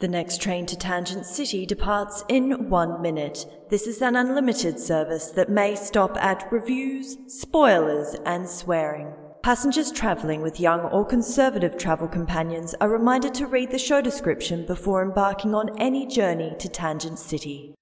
The next train to Tangent City departs in one minute. This is an unlimited service that may stop at reviews, spoilers, and swearing. Passengers travelling with young or conservative travel companions are reminded to read the show description before embarking on any journey to Tangent City.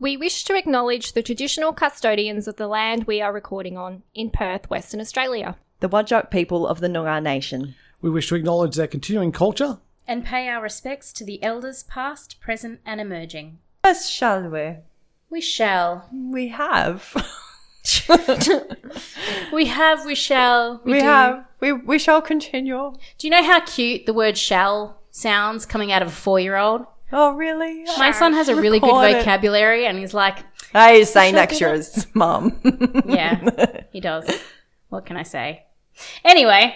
We wish to acknowledge the traditional custodians of the land we are recording on in Perth, Western Australia. The Wadjuk people of the Noongar Nation. We wish to acknowledge their continuing culture. and pay our respects to the elders past, present, and emerging. Yes, shall we? We shall. We have. We have, we shall. We, do. have. We, we shall continue. Do you know how cute the word shall sounds coming out of a four year old? Oh, really? My son has a really good Record it. vocabulary and he's like, I was saying that 'cause you're his mum. yeah, he does. What can I say? Anyway.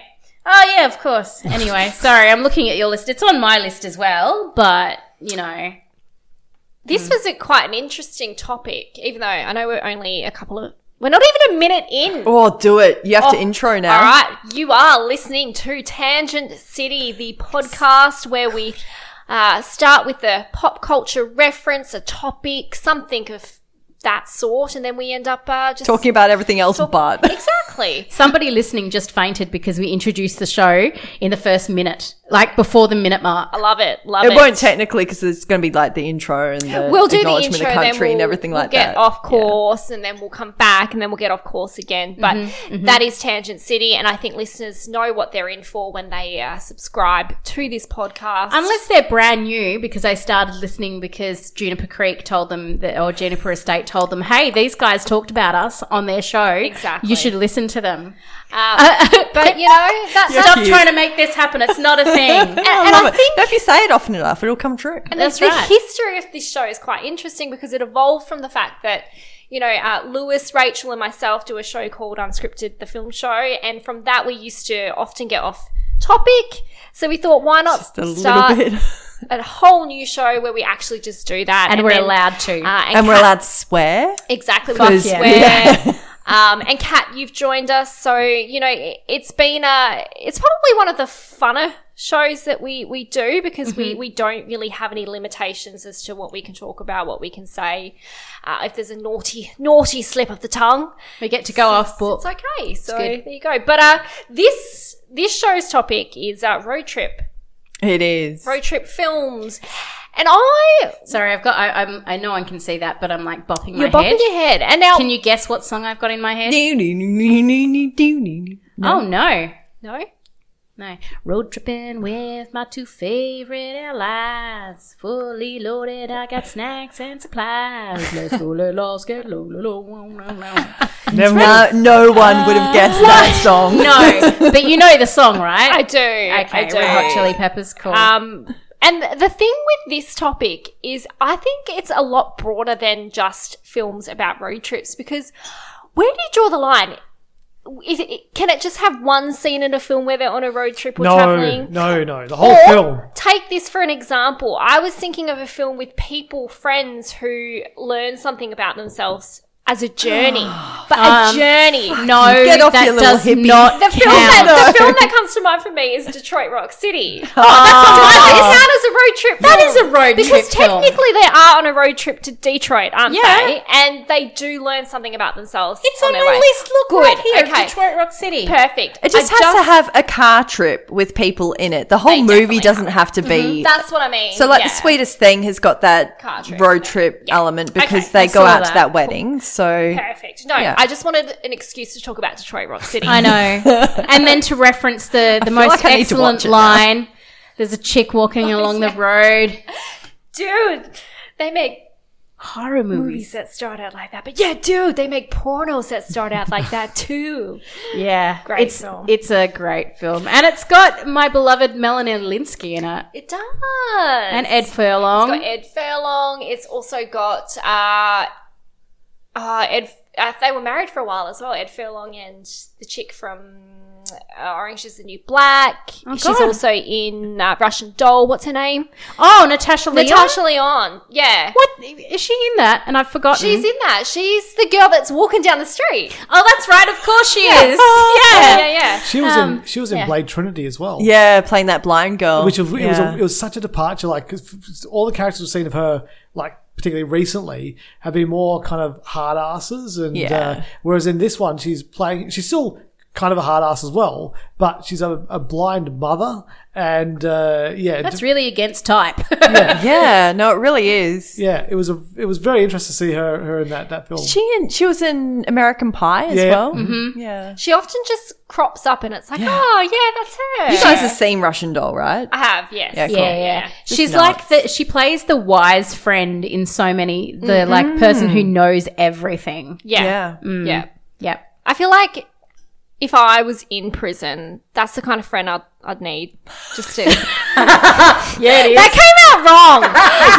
Oh, yeah, of course. Anyway, sorry, I'm looking at your list. It's on my list as well, but, you know. Hmm. This was a, quite an interesting topic, even though I know we're only a couple of. We're not even a minute in. oh, do it. You have to Oh, intro now. All right, you are listening to Tangent City, the podcast where we uh, start with a pop culture reference, a topic, something of that sort, and then we end up uh, just Talking about everything else but. Exactly. Somebody listening just fainted because we introduced the show in the first minute, like before the minute mark. I love it. Love It it. won't technically because it's going to be like the intro and the We'll do the acknowledgement intro, of then country we'll, and everything we'll like get that. off course, and then we'll come back, and then we'll get off course again. But that is Tangent City, and I think listeners know what they're in for when they uh, subscribe to this podcast. Unless they're brand new, because they started listening because Juniper Creek told them that, or Juniper Estate told them, "Hey, these guys talked about us on their show. Exactly. you should listen to them." Uh, but you know, that's Stop cute. trying to make this happen. It's not a thing. and, I and love I it. think Oh, No, if you say it often enough, it'll come true. and the- That's the right. history of this show is quite interesting because it evolved from the fact that you know uh, Lewis, Rachel, and myself do a show called Unscripted, the film show, and from that we used to often get off topic. So we thought, why not Just a start little bit. a whole new show where we actually just do that, and we're then, allowed to. uh, and, And we're Kat- allowed to swear. exactly we Fuck can yeah. swear. Um, and Kat, you've joined us, so you know i- it's been uh it's probably one of the funner shows that we we do because we Mm-hmm. we don't really have any limitations as to what we can talk about, what we can say. Uh, if there's a naughty naughty slip of the tongue, we get to go off book. it's okay. So good. there you go. But uh, this this show's topic is uh, road trip, It is. road trip films, and I Sorry, I've got. I, I'm, I know one can see that, but I'm like bopping you're my bopping head. your head, and now Can you guess what song I've got in my head? It's Oh no, no. No. Road tripping with my two favorite allies. Fully loaded, I got snacks and supplies. Let's go, let's get low, low, low, low, low. Never mind. No, no one would have Uh, guessed that song. No, but you know the song, I right? do. okay, I do. Red Hot Chili Peppers cool. Um, and the thing with this topic is, I think it's a lot broader than just films about road trips because where do you draw the line? Is it, can it just have one scene in a film where they're on a road trip or No, traveling? no, no. The whole Or- film. Take this for an example. I was thinking of a film with people, friends who learn something about themselves as a journey, but a Um, journey. no, Get off that your little does hippie. not The film, count. that, the film that comes to mind for me is Detroit Rock City. Does it count as a road trip? That film? is a road trip because film. technically they are on a road trip to Detroit, aren't Yeah. they? And they do learn something about themselves. It's on their my way. list. Look Good. Oh, right here, Okay. Detroit Rock City. Perfect. It just I has to have a car trip with people in it. The whole movie definitely Mm-hmm. doesn't have to be. That's what I mean. So, like, Yeah. the sweetest thing has got that Car trip. road trip element because Okay, they I go saw out to that. that wedding. So, Perfect. No, Yeah. I just wanted an excuse to talk about Detroit Rock City. I know. and then to reference the, the feel most like I need to excellent watch it now. line there's a chick walking along the road. Dude, they make Horror movies. movies that start out like that. But yeah, dude, they make pornos that start out like that too. Yeah, Great it's, film. It's a great film, and it's got my beloved Melanie Linsky in it, It does. and Ed Furlong. It's got Ed Furlong. It's also got uh, uh, Ed. Uh, they were married for a while as well. Ed Furlong and the chick from uh, Orange is the New Black. Oh, She's God. also in uh, Russian Doll. What's her name? Oh, Natasha Leon. Natasha Leon. Yeah. What is she in that? And I've forgotten. She's in that. She's the girl that's walking down the street. Oh, that's right. Of course she is. Yeah, Ah! Yeah. yeah, yeah. She was Um, in she was in yeah. Blade Trinity as well. Yeah, playing that blind girl. which was, it, was Yeah. a, it was such a departure. Like 'cause f- f- all the characters we've seen of her, like particularly recently, have been more kind of hard asses, and Yeah. uh, whereas in this one, she's playing, she's still kind of a hard ass as well, but she's a, a blind mother, and uh, yeah, That's d- really against type. yeah, no, it really is. yeah, it was a it was very interesting to see her her in that that film. She in, she was in American Pie as Yeah. well. Mm-hmm. Yeah. She often just crops up and it's like, oh, yeah, that's her. You guys have seen Russian Doll, right? I have, yes. Yeah, cool. yeah, yeah. She's nuts. like the she plays the wise friend in so many the Mm-hmm. like person who knows everything. Yeah. Yeah. Mm. yeah. Mm. Yep. I feel like if I was in prison, that's the kind of friend I'd, I'd need. Just to. Yeah, it is. that came out wrong.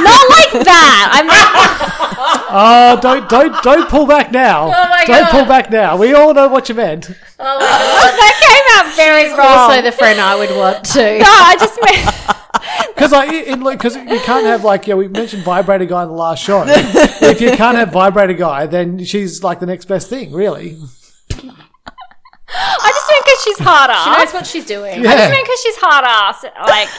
Not like that. I'm Oh, don't don't don't pull back now! Oh my don't God. pull back now. We all know what you meant. that came out very wrong. also the friend I would want too. no, Oh, I just meant. Because I, in like, because you can't have like, yeah, we mentioned vibrator guy in the last show. if you can't have vibrator guy, then she's like the next best thing, really. I just meant because she's hard ass. That's what she's doing. I just meant because she's hard ass. Like,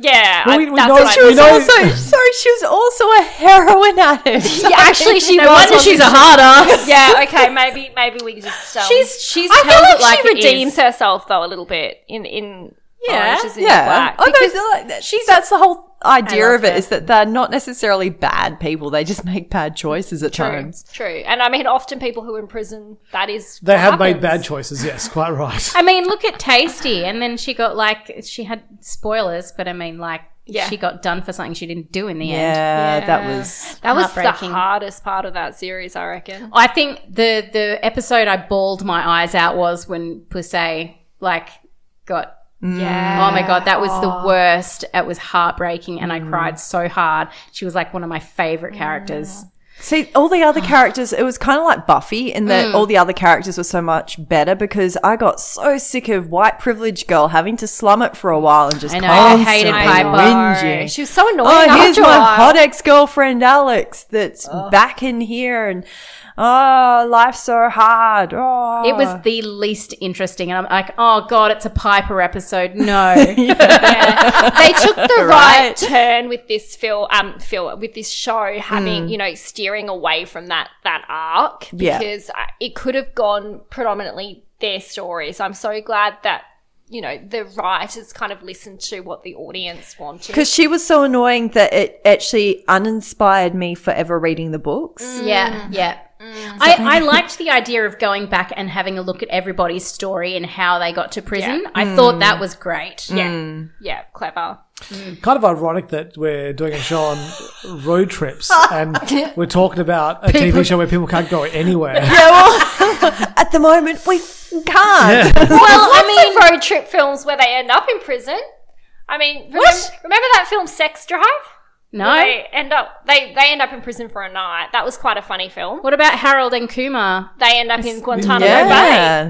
yeah. Well, I- we- we that's know what I she was meant. No. Also, sorry, she was also a heroin addict. Yeah, actually, she No was. wonder wasn't she's a she? hard ass. Yeah. Okay. Maybe. Maybe we can just. Um, She's she's I feel held like, it like she it is. redeems herself though a little bit in in Yeah, Orange is the New yeah. Black Oh, because no, like, she's, that's the whole idea I of love it is her. that they're not necessarily bad people. They just make bad choices at true, times. true, and I mean often people who are in prison that is They what have happens. made bad choices. Yes, quite right. I mean, look at Tasty, and then she got like she had spoilers, but I mean, like Yeah. she got done for something she didn't do in the Yeah, end. that was. That was the Heartbreaking. hardest part of that series, I reckon. I think the the episode I bawled my eyes out was when Pussy like got Yeah. Oh my god, that was the worst. It was heartbreaking, and I cried so hard. She was like one of my favorite characters. See, all the Ah. other characters, it was kind of like Buffy in Mm. that all the other characters were so much better because I got so sick of white privileged girl having to slum it for a while and just I know, I constantly hated Piper. Mm, whinging. She was so annoying. Oh, here's after a my while. hot ex girlfriend Alex that's back in here, and oh, life's so hard. Oh, It was the least interesting, and I'm like, oh god, it's a Piper episode. No, yeah. they took the right. Right. turn with this film, um, Phil, with this show having you know steering away from that that arc Yeah. because I it could have gone predominantly their stories. I'm so glad that you know the writers kind of listened to what the audience wanted. because she was so annoying that it actually uninspired me for ever reading the books. Mm. Mm. Yeah, yeah. I, I liked the idea of going back and having a look at everybody's story and how they got to prison. I thought Mm. that was great. yeah, yeah, clever. kind of ironic that we're doing a show on road trips and we're talking about a TV show where people can't go anywhere. Yeah, well, at the moment we can't. Well, I mean, road trip films where they end up in prison. I mean, remember, remember that film Sex Drive? No. They end up they they end up in prison for a night. That was quite a funny film. What about Harold and Kumar? they end up in Guantanamo Bay. Yeah.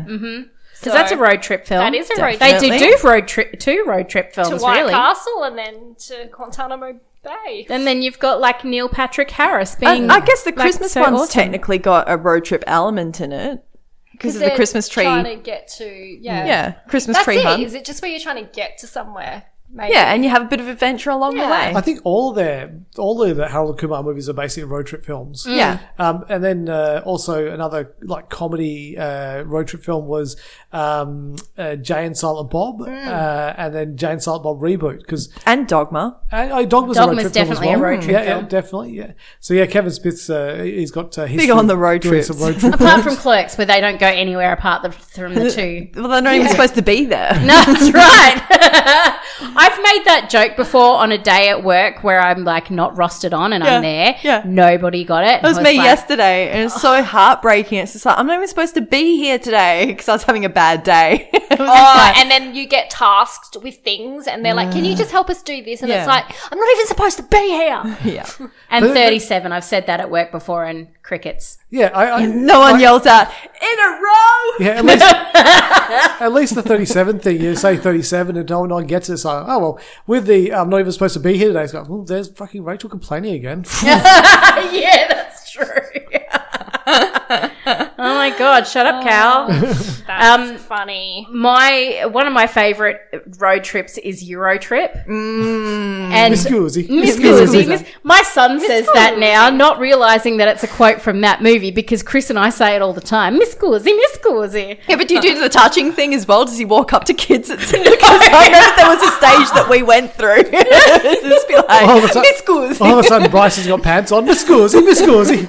Because that's a road trip film. That is a road They trip do do Definitely. road trip two road trip films to White really. Castle and then to Guantanamo Bay. And then you've got like Neil Patrick Harris being. I, I guess the like, Christmas so one's awesome. technically got a road trip element in it because of the They're Christmas tree. Trying to get to yeah. yeah, Christmas That's tree it. hunt. Is it just where you're trying to get to somewhere? Maybe. Yeah, and you have a bit of adventure along Yeah. the I way. think all their all of the Harold and Kumar movies are basically road trip films. Yeah. Um, and then uh, also another like comedy uh, road trip film was um, uh, Jay and Silent Bob, Hmm. uh, and then Jay and Silent Bob reboot because And Dogma. uh, Dogma's, a road Dogma's trip definitely a film as well. road trip yeah, film. yeah, definitely. Yeah. So yeah, Kevin Smith's uh, he's got uh, history on the road doing trips. some road trip Apart from Clerks, where they don't go anywhere apart the, from the two. Well, they're not even supposed to be there. No, that's right. I've made that joke before on a day at work where I'm like not rostered on and Yeah, I'm there. yeah. Nobody got it. That was, me like, yesterday, and it's so heartbreaking. It's just like I'm not even supposed to be here today because I was having a bad day. It was just Oh, like- Mm. and then you get tasked with things, and they're like, "Can you just help us do this?" And Yeah. it's like, "I'm not even supposed to be here." yeah, And 37, I've said that at work before and Crickets. Yeah, I, I, No one yells out in a row. Yeah, at least, at least the 37 thing. You say 37 and no one gets it. So, oh, well, with the I'm not even supposed to be here today. It's like, well, there's fucking Rachel complaining again. yeah, that's true. oh my god, shut up, Cal. That's Um, funny. My one of my favorite road trips is Euro trip. And Miss Guzzi. Miss Guzzi. Mm. Miss- My son says that now, not realizing that it's a quote from that movie because Chris and I say it all the time. Miss Guzzi, Miss Guzzi. Yeah, but do you do the touching thing as well? Does he walk up to kids? At because I remember there was a stage that we went through. Just be like, All of a sudden- Miss Guzzi. All of a sudden, Bryce has got pants on. Miss Guzzi, Miss Guzzi.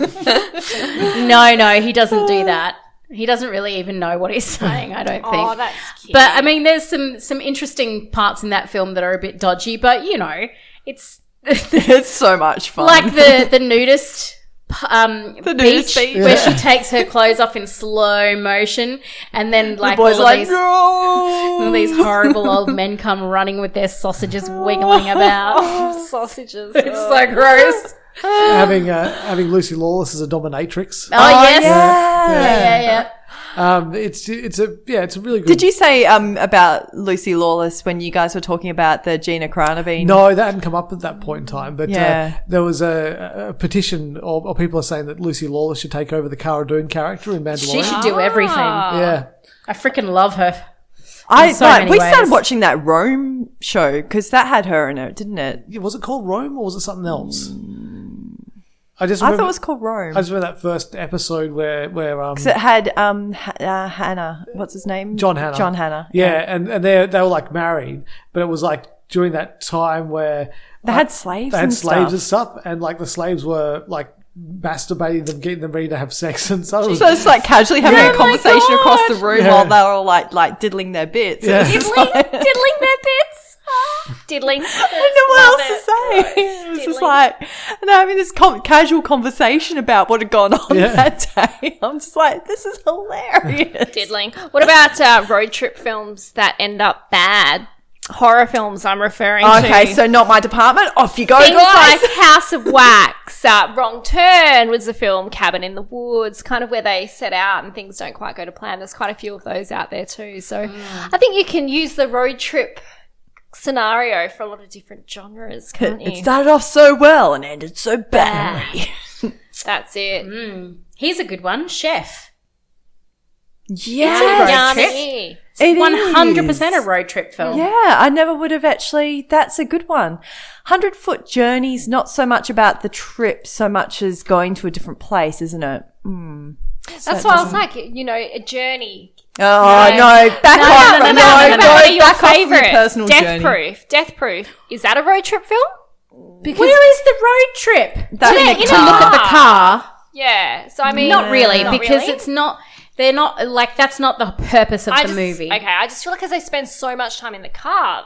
No, no, he doesn't do that. He doesn't really even know what he's saying, I don't think. Oh, that's cute. But I mean, there's some some interesting parts in that film that are a bit dodgy, but you know, it's it's so much fun. like the the nudist um the nudist beach, beach. where she takes her clothes off in slow motion and then like boys are all of like, these no. all these horrible old men come running with their sausages wiggling about. sausages. It's so gross. having uh, having Lucy Lawless as a dominatrix. Oh, yes. Yeah, yeah, yeah. Um, it's it's a yeah, it's a really good. Did you say um, about Lucy Lawless when you guys were talking about the Gina Caranovic? No, that hadn't come up at that point in time. But Yeah. uh, there was a, a petition, or, or people are saying that Lucy Lawless should take over the Cara Dune character in Mandalorian. She should Ah. do everything. I yeah, freaking love her. I, so right, many we ways. started watching that Rome show because that had her in it, didn't it? Yeah, was it called Rome or was it something else? I just Mm. I thought remember, it was called Rome. I just remember that first episode where where um 'Cause it had um, Ha- uh, Hannah. What's his name? John Hannah John Hannah. yeah, and and they they were like married, but it was like during that time where They had slaves. they had and slaves Stuff. and stuff, and like the slaves were like masturbating them, getting them ready to have sex and stuff. It was- So it's like casually having Yeah, a my conversation across the God. room Yeah. while they were all like like diddling their bits. Yeah. It was just diddling, like- diddling their bits. diddling. I don't know what else to say. It was just Diddling. like, and they're having this com- casual conversation about what had gone on Yeah. that day. I'm just like, this is hilarious. Diddling. What about uh, road trip films that end up bad? Horror films I'm referring to. okay, so not my department. Off you go, Things guys. like House of Wax, uh, Wrong Turn was the film, Cabin in the Woods, kind of where they set out and things don't quite go to plan. There's quite a few of those out there too. So Hmm. I think you can use the road trip scenario for a lot of different genres, can't It you? started off so well and ended so badly. That's it. Hmm. Here's a good one, Chef. Yeah, Yummy. it One hundred is. percent a road trip film. Yeah, I never would have actually. That's a good one. 100 foot journeys, not so much about the trip, so much as going to a different place, isn't it? Hmm. That's why I was like, you know, a journey. Oh, no, back No, off. no, no, no, no, go no, your back off from your favourite. personal Death journey. Proof. Death Proof. Is that a road trip film? Where is the road trip? That Yeah, in a in a car. Look at the car. Yeah. So I mean, Not really, not because really. it's not. They're not like that's not the purpose of I the just, movie. Okay, I just feel like because they spend so much time in the car.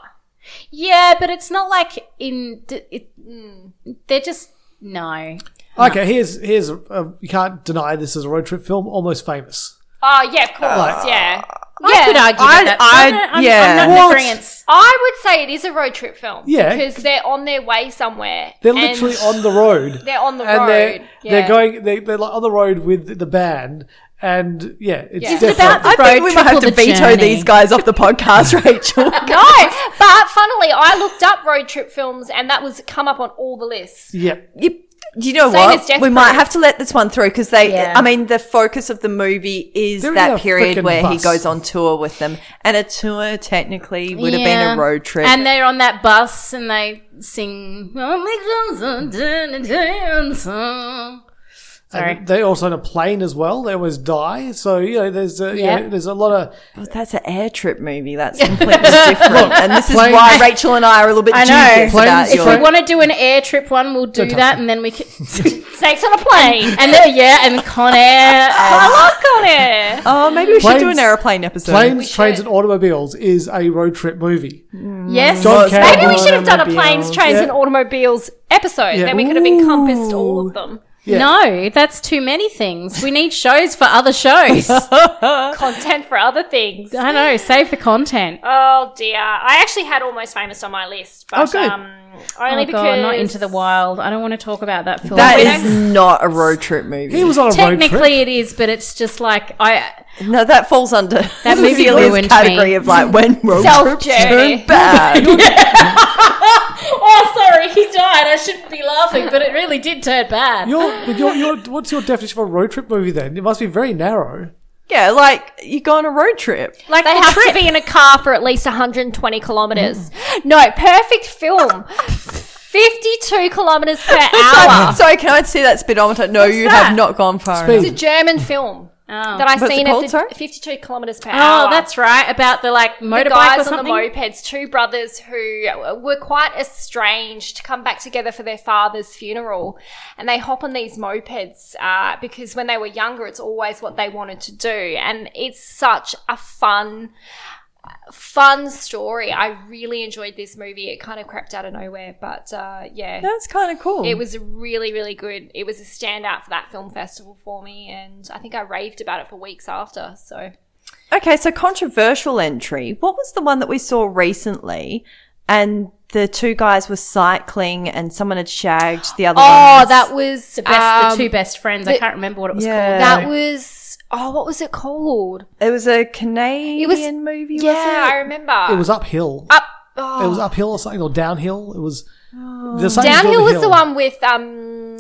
Yeah, but it's not like in. d- It, mm, they're just no. okay, here's here's a, a- you can't deny this is a road trip film. Almost famous. Oh yeah, of course, yeah. I could argue I- that. I- I'm, I'm, yeah. I'm not What? in agreement. I would say it is a road trip film. Yeah. because they're on their way somewhere. They're and literally on the road. They're on the and road. they're yeah. they're going they, they're like on the road with the band and yeah it's Is definitely it about I think Road we trip might have or to the veto journey? these guys off the podcast, Rachel. No, but funnily, I looked up road trip films, and that was come up on all the lists. yeah You, you know Same as what? Death We might Proof. have to let this one through because they. Yeah. I mean, the focus of the movie is They're in a that period frickin' where he bus. goes on tour with them, and a tour technically would have been Yeah. a road trip. And they're on that bus and they sing. "Oh "Only Johnson didn't dance." Sorry. And they also in a plane as well they always die so you know there's a, you Yeah. know, there's a lot of But that's an air trip movie. That's completely different, and this is plane- why Rachel and I are a little bit I know. dubious about Planes- If we your. Sorry. want to do an air trip one, we'll do Don't touch that, me. and then we can. Snakes on a plane. and then, yeah, and Con Air. I love Con Air. Oh, maybe we should do Planes- an aeroplane episode. planes trains and automobiles is a road trip movie yes. John Campbell Maybe we should have done a planes, Automobiles. trains, Yeah. and automobiles episode. Yeah. Then we could have encompassed all of them. Yeah. No, that's too many things. We need shows for other shows. Content for other things. I know, save the content. Oh dear. I actually had Almost Famous on my list, but Oh, good. um Only oh because god, not into the wild. I don't want to talk about that film. That We is- don't- not a road trip movie. He was on a road trip. technically it is, but it's just like I no, that falls under That movie Celia's ruined category me. of like when road Self trips journey. turn bad. Oh, sorry, he died. I shouldn't be laughing, but it really did turn bad. Your, but your, your, what's your definition of a road trip movie then? It must be very narrow. yeah, like you go on a road trip. Like they have to be in a car for at least 120 kilometers. No, perfect film. 52 kilometers per hour. Sorry, can I see that speedometer? No, you that? have not gone far Speed. enough. It's a German film Oh. that I What's it seen called, at sorry? fif- 52 kilometers per hour. Oh, that's right. About the like the motorbike or guys on the something. mopeds, two brothers who were quite estranged, come back together for their father's funeral, and they hop on these mopeds uh, because when they were younger, it's always what they wanted to do, and it's such a fun, fun story. I really enjoyed this movie. It kind of crept out of nowhere, but uh, yeah, That's kind of cool. it was a really, really good. It was a standout for that film festival for me, and I think I raved about it for weeks after. So. Okay, so controversial entry. What was the one that we saw recently? And the two guys were cycling, and someone had shagged the other. Oh, ones. that was The, best, um, the two best friends. I can't remember what it was yeah. called. That was oh, what was it called? it was a Canadian was- movie. yeah, I was remember. It was uphill. up. Oh. It was uphill or something, or downhill. It was. Oh. the something to do Downhill with was the hill. one with um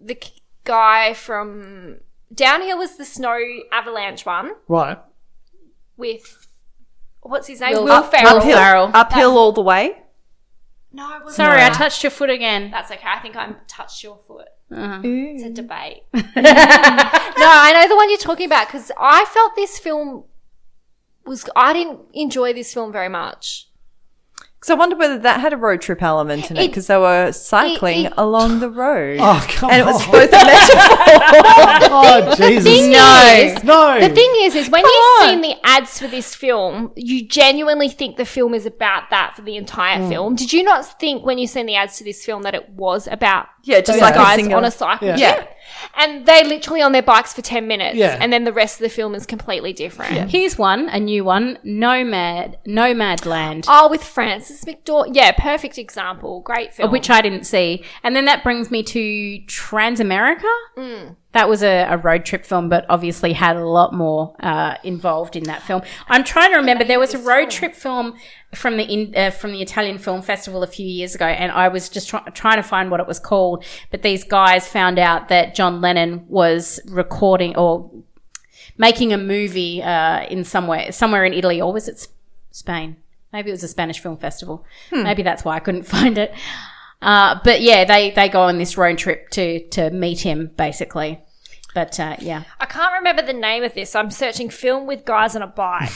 the k- guy from Downhill was the snow avalanche one Right. with what's his name Will- Will, Up- Ferrell. Will it? Ferrell. uphill, uphill all the way. No, it wasn't Sorry, I that. touched your foot again. That's okay. I think I touched your foot. Uh-huh. It's a debate. no, Mm. I know the one you're talking about because I felt this film was. I didn't enjoy this film very much. Because I wonder whether that had a road trip element in it, It- because they were cycling it- along the road, Oh, come and it on. was both a metaphor. oh, Jesus. thing no. is- no. The thing is, is when you've seen the ads for this film, you genuinely think the film is about that for the entire film. Did you not think when you seen the ads to this film that it was about yeah, just those like a guys single. on a cycle? Yeah. yeah, And they literally on their bikes for ten minutes, Yeah. and then the rest of the film is completely different. Here's one, a new one. Nomad, Nomad Land. Oh, with Francis McDormand, yeah, perfect example, great film. which I didn't see. And then that brings me to Transamerica. That was a, a road trip film, but obviously had a lot more uh, involved in that film. I'm trying to remember. There was a road trip film from the in, uh, from the Italian Film Festival a few years ago, and I was just try- trying to find what it was called. But these guys found out that John Lennon was recording or making a movie uh, in somewhere somewhere in Italy, or was it S- Spain? Maybe it was a Spanish film festival. Maybe that's why I couldn't find it. Uh, but yeah, they, they go on this road trip to to meet him basically. But uh, yeah, I can't remember the name of this. I'm searching film with guys on a bike.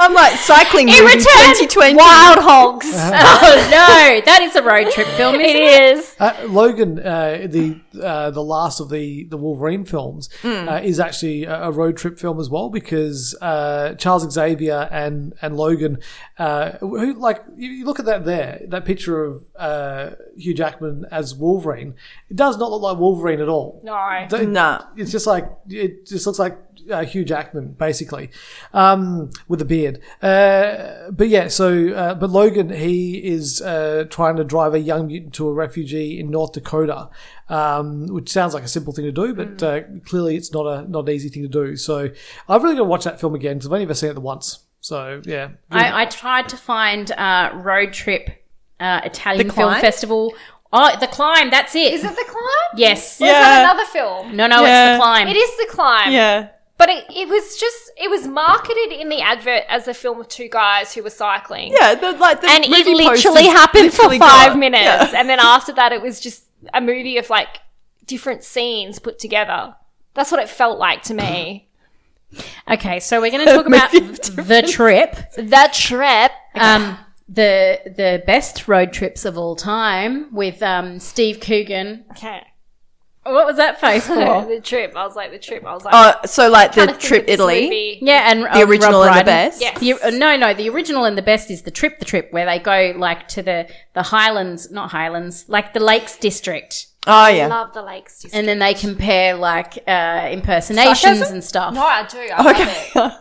I'm like cycling movie returned 2020. Wild hogs. oh no, that is a road trip film. Isn't it it is. Uh, Logan, uh, the uh, the last of the the Wolverine films, Hmm. uh, is actually a, a road trip film as well because uh, Charles Xavier and and Logan, uh, who like you, you look at that there that picture of uh, Hugh Jackman as Wolverine, it does not look like Wolverine at all. No. Don't- Nah. it's just like it just looks like uh, Hugh Jackman basically, um, with a beard. Uh, but yeah, so uh, but Logan he is uh, trying to drive a young mutant to a refugee in North Dakota, um, which sounds like a simple thing to do, but uh, clearly it's not a not an easy thing to do. So I've really got to watch that film again because I've only ever seen it the once. So yeah, I, I tried to find uh, road trip uh, Italian The film Climb? festival. Oh, the climb. That's it. Is it the climb? yes. Or is that Yeah. another film? No, no, it's Yeah. the climb. It is the climb. Yeah. But it, it was just it was marketed in the advert as a film of two guys who were cycling. Yeah, the, like the And it movie literally posters happened literally for five got- minutes. yeah. And then after that it was just a movie of like different scenes put together. That's what it felt like to me. Okay, so we're going to talk about the trip. the trip. Um, the the best road trips of all time with um, Steve Coogan. Okay. What was that face for? the trip. I was like the trip. I was like Uh, so like the trying to think trip of this Italy, movie. yeah, and um, the original and the best. Yes. The, uh, no, no, the original and the best is the trip, the trip where they go like to the the Highlands, not Highlands, like the Lakes District. Oh yeah. Love the lakes. District. And then they compare like uh, impersonations Sarcasm? and stuff. no, Oh, I do. I love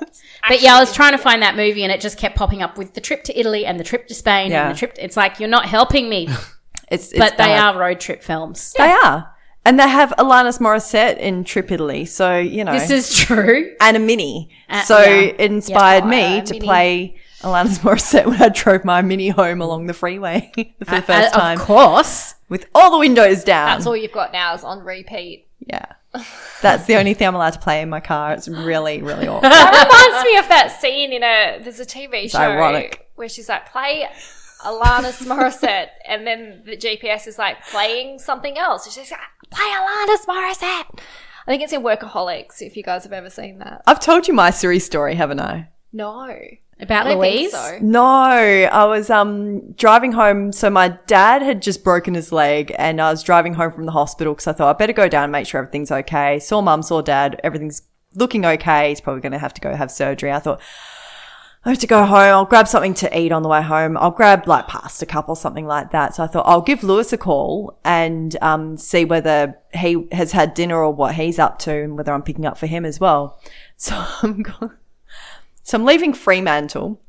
it. Okay. But yeah, I was trying to find that movie and it just kept popping up with the trip to Italy and the trip to Spain Yeah. and the trip. To, it's like, you're not helping me. it's, it's but they bad. are road trip films. They are. And they have Alanis Morissette in Trip Italy, so you know, This is true. and a mini. Uh, so yeah. it inspired Yeah, me uh, to Mini. play Alanis Morissette when I drove my mini home along the freeway for the Uh, first time Of course. with all the windows down. That's all you've got now is on repeat. Yeah. That's the only thing I'm allowed to play in my car. It's really, really awkward. That reminds me of that scene in a there's a TV show ironic. where she's like play Alanis Morissette, and then the GPS is like playing something else. She's just like play Alanis Morissette. I think it's in Workaholics. If you guys have ever seen that, I've told you my Siri story, haven't I? no, I About don't think Louise. so. No, I was um driving home. So my dad had just broken his leg, and I was driving home from the hospital because I thought I better go down and make sure everything's okay. Saw mum, saw dad, everything's looking okay. He's probably going to have to go have surgery. I thought I have to go home. I'll grab something to eat on the way home. I'll grab like pasta cup or something like that. So I thought I'll give Lewis a call and um, see whether he has had dinner or what he's up to and whether I'm picking up for him as well. So I'm going. So I'm leaving Fremantle.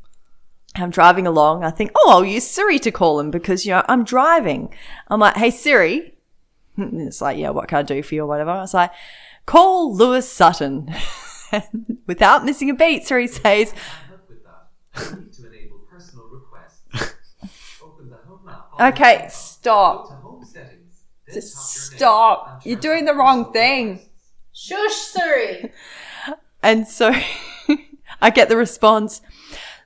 I'm driving along. I think, oh, I'll use Siri to call him because, you know, I'm driving. I'm like, hey, Siri. And it's like, yeah, what can I do for you or whatever? I was like, call Lewis Sutton. And Without missing a beat, Siri says, with that. Only to enable personal requests. Open the home app. on okay, your phone. stop. To home settings. Then Just tap your name stop. and You're turn doing on the wrong personal thing. requests. Shush, Siri. And so I get the response,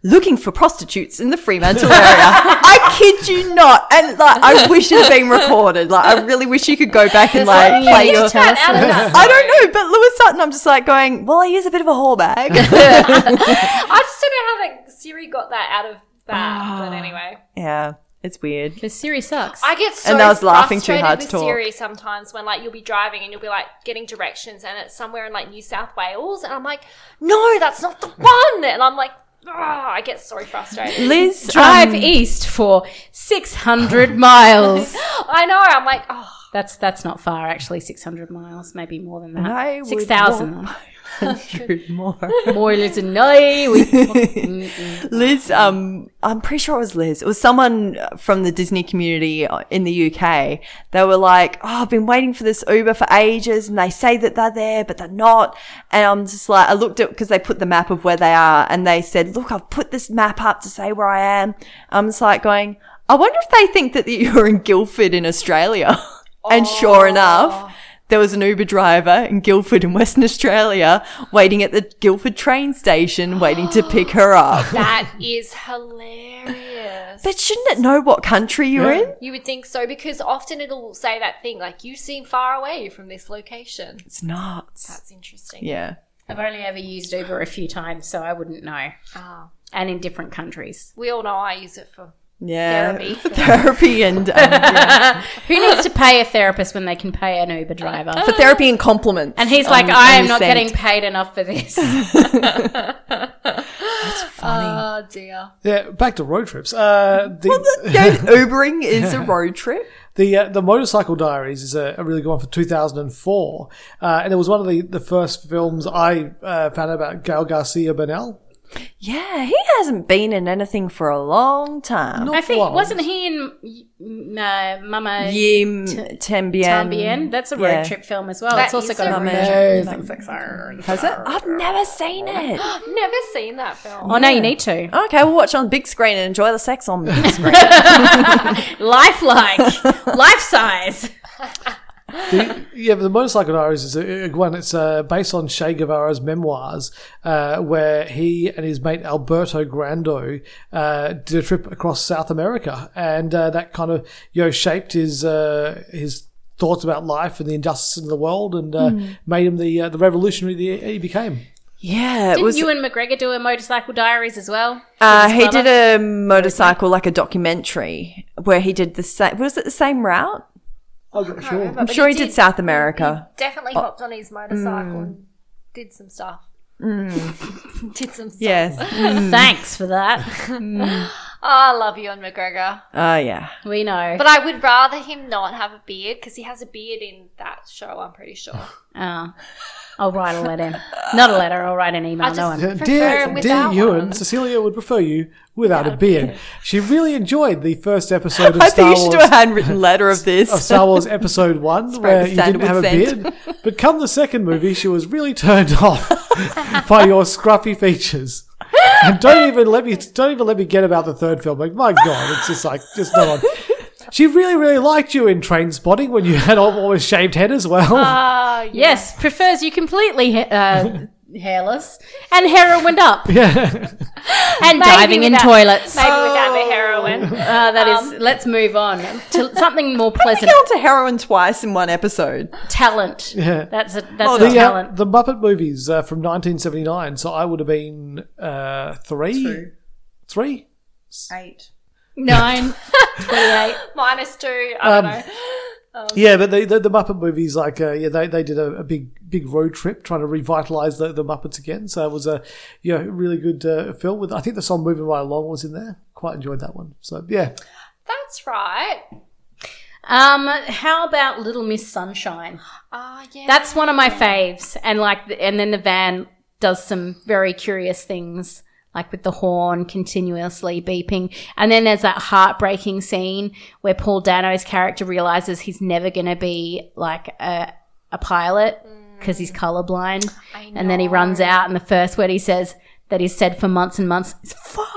looking for prostitutes in the Fremantle area. I kid you not. And like, I wish it had been recorded. Like, I really wish you could go back and like Something you play need to your. tell us Out of about. that. I don't know, but Lewis Sutton, I'm just like going, well, he is a bit of a whorebag. I just don't know how that Siri got that out of that. But anyway, yeah, it's weird. Because Siri sucks. I get so And I was laughing too frustrated hard to with talk. Siri sometimes when like you'll be driving and you'll be like getting directions and it's somewhere in like New South Wales and I'm like, no, that's not the one, and I'm like, ah, I get so frustrated. Liz, Drive um, east for 600 miles. I know. I'm like, oh, That's that's not far, actually. 600 miles, maybe more than I that. would 6,000. want- Drew Moore. More than I would- Liz, um, I'm pretty sure it was Liz. It was someone from the Disney community in the UK. They were like, "Oh, I've been waiting for this Uber for ages, and they say that they're there, but they're not." And I'm just like, I looked at because they put the map of where they are, and they said, "Look, I've put this map up to say where I am." I'm just like going, "I wonder if they think that you're in Guildford in Australia." and sure enough. There was an Uber driver in Guildford in Western Australia waiting at the Guildford train station waiting to pick her up. that is hilarious. But shouldn't it know what country you're Yeah. in? You would think so because often it'll say that thing like you seem far away from this location. It's nuts. That's interesting. Yeah. I've only ever used Uber a few times, so I wouldn't know. Ah. And in different countries. We all know I use it for Yeah. Therapy. For therapy and um, yeah. Who needs to pay a therapist when they can pay an Uber driver? for therapy and compliments. And he's Um, like, I am not getting paid enough for this. funny. Oh dear. Yeah, back to road trips. Uh, the, Ubering is a road trip. The uh, the Motorcycle Diaries is a, a really good one for 2004, uh, and it was one of the, the first films I uh, found out about Gail Garcia Bernal. Yeah, he hasn't been in anything for a long time. Not I think, for a while. wasn't he in uh, Mama Yim Tambien. Tambien? That's a road Yeah. trip film as well. That it's also is got a a road road trip. trip. Has it? I've never seen it. Never seen that film. Oh, no, you need to. okay, we'll watch on big screen and enjoy the sex on big screen. Lifelike. Life size. The- yeah, but the Motorcycle Diaries is a, a good one. It's uh, based on Che Guevara's memoirs, uh, where he and his mate Alberto Grando uh, did a trip across South America, and uh, that kind of you know shaped his uh, his thoughts about life and the injustice in the world, and uh, Hmm. made him the uh, the revolutionary that he became. yeah, it Didn't was. you and McGregor do a motorcycle diaries as well? Uh, With he his did brother? a motorcycle, like a documentary, where he did the same. Was it the same route? I'm not sure. I'm sure he did South America. definitely Oh. hopped on his motorcycle and did some Mm. stuff. did some stuff. Yes. Thanks for Oh, that. Oh, I love Ewan McGregor, Oh, yeah. We know. but I would rather him not have a beard because he has a beard in that show. I'm pretty sure. Oh. I'll write a letter. Not a letter. I'll write an email. I no just- one. Yeah, Prefer Dear, him dear without Ewan, one. Cecilia would prefer you without a beard. She really enjoyed the first episode of I Star think you should do Wars. a handwritten letter of Of this. Star Wars Episode One, where with you didn't sandalwood have a scent. beard, but come the second movie, she was really turned off by your scruffy features. And don't even let me don't even let me get about the third film. Like my god, it's just like just not on. She really really liked you in Train Spotting when you had all almost shaved head as well. Uh, yeah. Yes, prefers you completely ha- uh, hairless and heroined up yeah, and diving in without- toilets. Maybe without the heroin. Uh, that is. Let's move on to something more I pleasant. got to heroin twice in one episode. talent. yeah. That's a that's a the, uh, talent. the Muppet movies uh, from 1979. So I would have been uh, three, three. Nine, twenty-eight. Minus two. I Um, don't know. Yeah, but the, the the Muppet movies, like uh, yeah, they, they did a, a big big road trip trying to revitalize the, the Muppets again. So it was a yeah really good uh, film with I think the song "Moving Right Along" was in there. Quite enjoyed that one. So yeah, That's right. Um, how about Little Miss Sunshine? Ah, yeah. That's one of my faves. And like, the- and then the van does some very curious things, like with the horn continuously beeping. And then there's that heartbreaking scene where Paul Dano's character realizes he's never going to be like a, a pilot because he's colorblind. And then he runs out and the first word he says that he's said for months and months is fuck.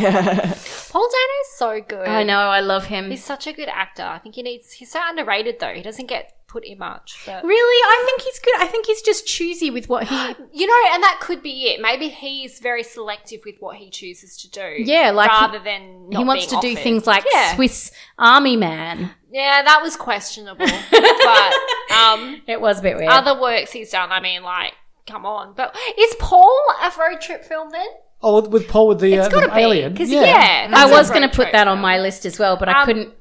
Yeah. Paul Dano's so good. I know. I love him. He's such a good actor. I think he needs. He's so underrated though. He doesn't get put in much. But Really, I think he's good. I think he's just choosy with what he you know, and that could be it. Maybe he's very selective with what he chooses to do. Yeah, like he- rather than not he wants being to do offered. things like yeah. Swiss Army Man. yeah, that was questionable. but um, It was a bit weird. other works he's done. I mean, like, come on. But is Paul a road trip film then? oh with, with Paul with the, uh, It's gotta the be, alien. 'cause, yeah, I that's a was going road to put trip that on film. my list as well, but I Um, couldn't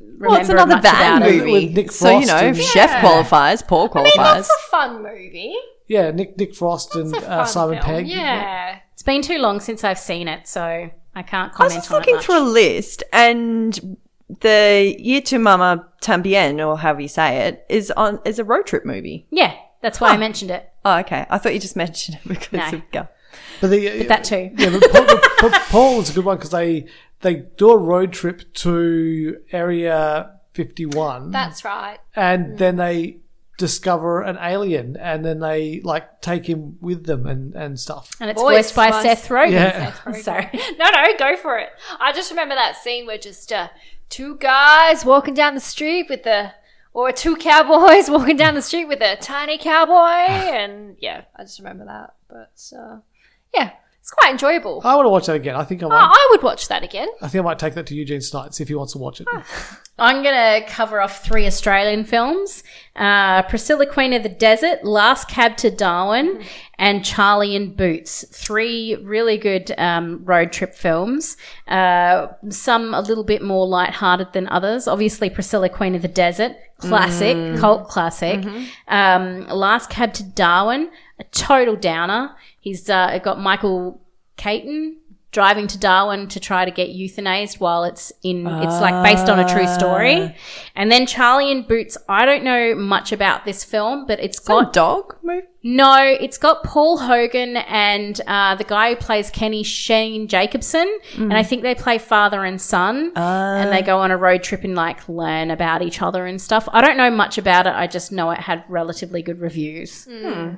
remember Well, it's another much about van it. movie. With Nick so, you know, Frost and- Chef qualifies, Paul I mean, qualifies. that's a fun movie. yeah. Nick Nick Frost and It's a fun uh, Simon film. Pegg. Yeah. It's been too long since I've seen it, so I can't I was comment just on looking it. much. through a list, and the Year to Mama Tambien, or however you say it, is on is a road trip movie. yeah, that's why I mentioned it. Oh, okay. I thought you just mentioned it because No. of Gal. but the, uh, That too. Yeah, but Paul, but- but Paul is a good one because they they do a road trip to Area 51, That's right. and then they discover an alien, and then they like take him with them and and stuff. And it's Voice voiced by was- Seth Rogen. Yeah. Sorry. No, no, go for it. I just remember that scene where just uh, two guys walking down the street with the, or two cowboys walking down the street with a tiny cowboy, and yeah, I just remember that. But uh, yeah, it's quite Oh. enjoyable. I want to watch that again. I think I Oh, might. I would watch that again. I think I might take that to Eugene Snipes if he wants to watch it. I'm going to cover off three Australian films uh, Priscilla, Queen of the Desert, Last Cab to Darwin, and Charlie in Boots. Three really good um, road trip films, uh, some a little bit more lighthearted than others. Obviously, Priscilla, Queen of the Desert, classic, cult classic. Um, Last Cab to Darwin, a total downer. He's uh, got Michael Caton driving to Darwin to try to get euthanized while it's in it's like based on a true story. And then Charlie and Boots, I don't know much about this film, but it's Not got dog movie. no, it's got Paul Hogan and uh, the guy who plays Kenny Shane Jacobson, and I think they play father and son, Ah. Uh, and they go on a road trip and like learn about each other and stuff. I don't know much about it. I just know it had relatively good reviews.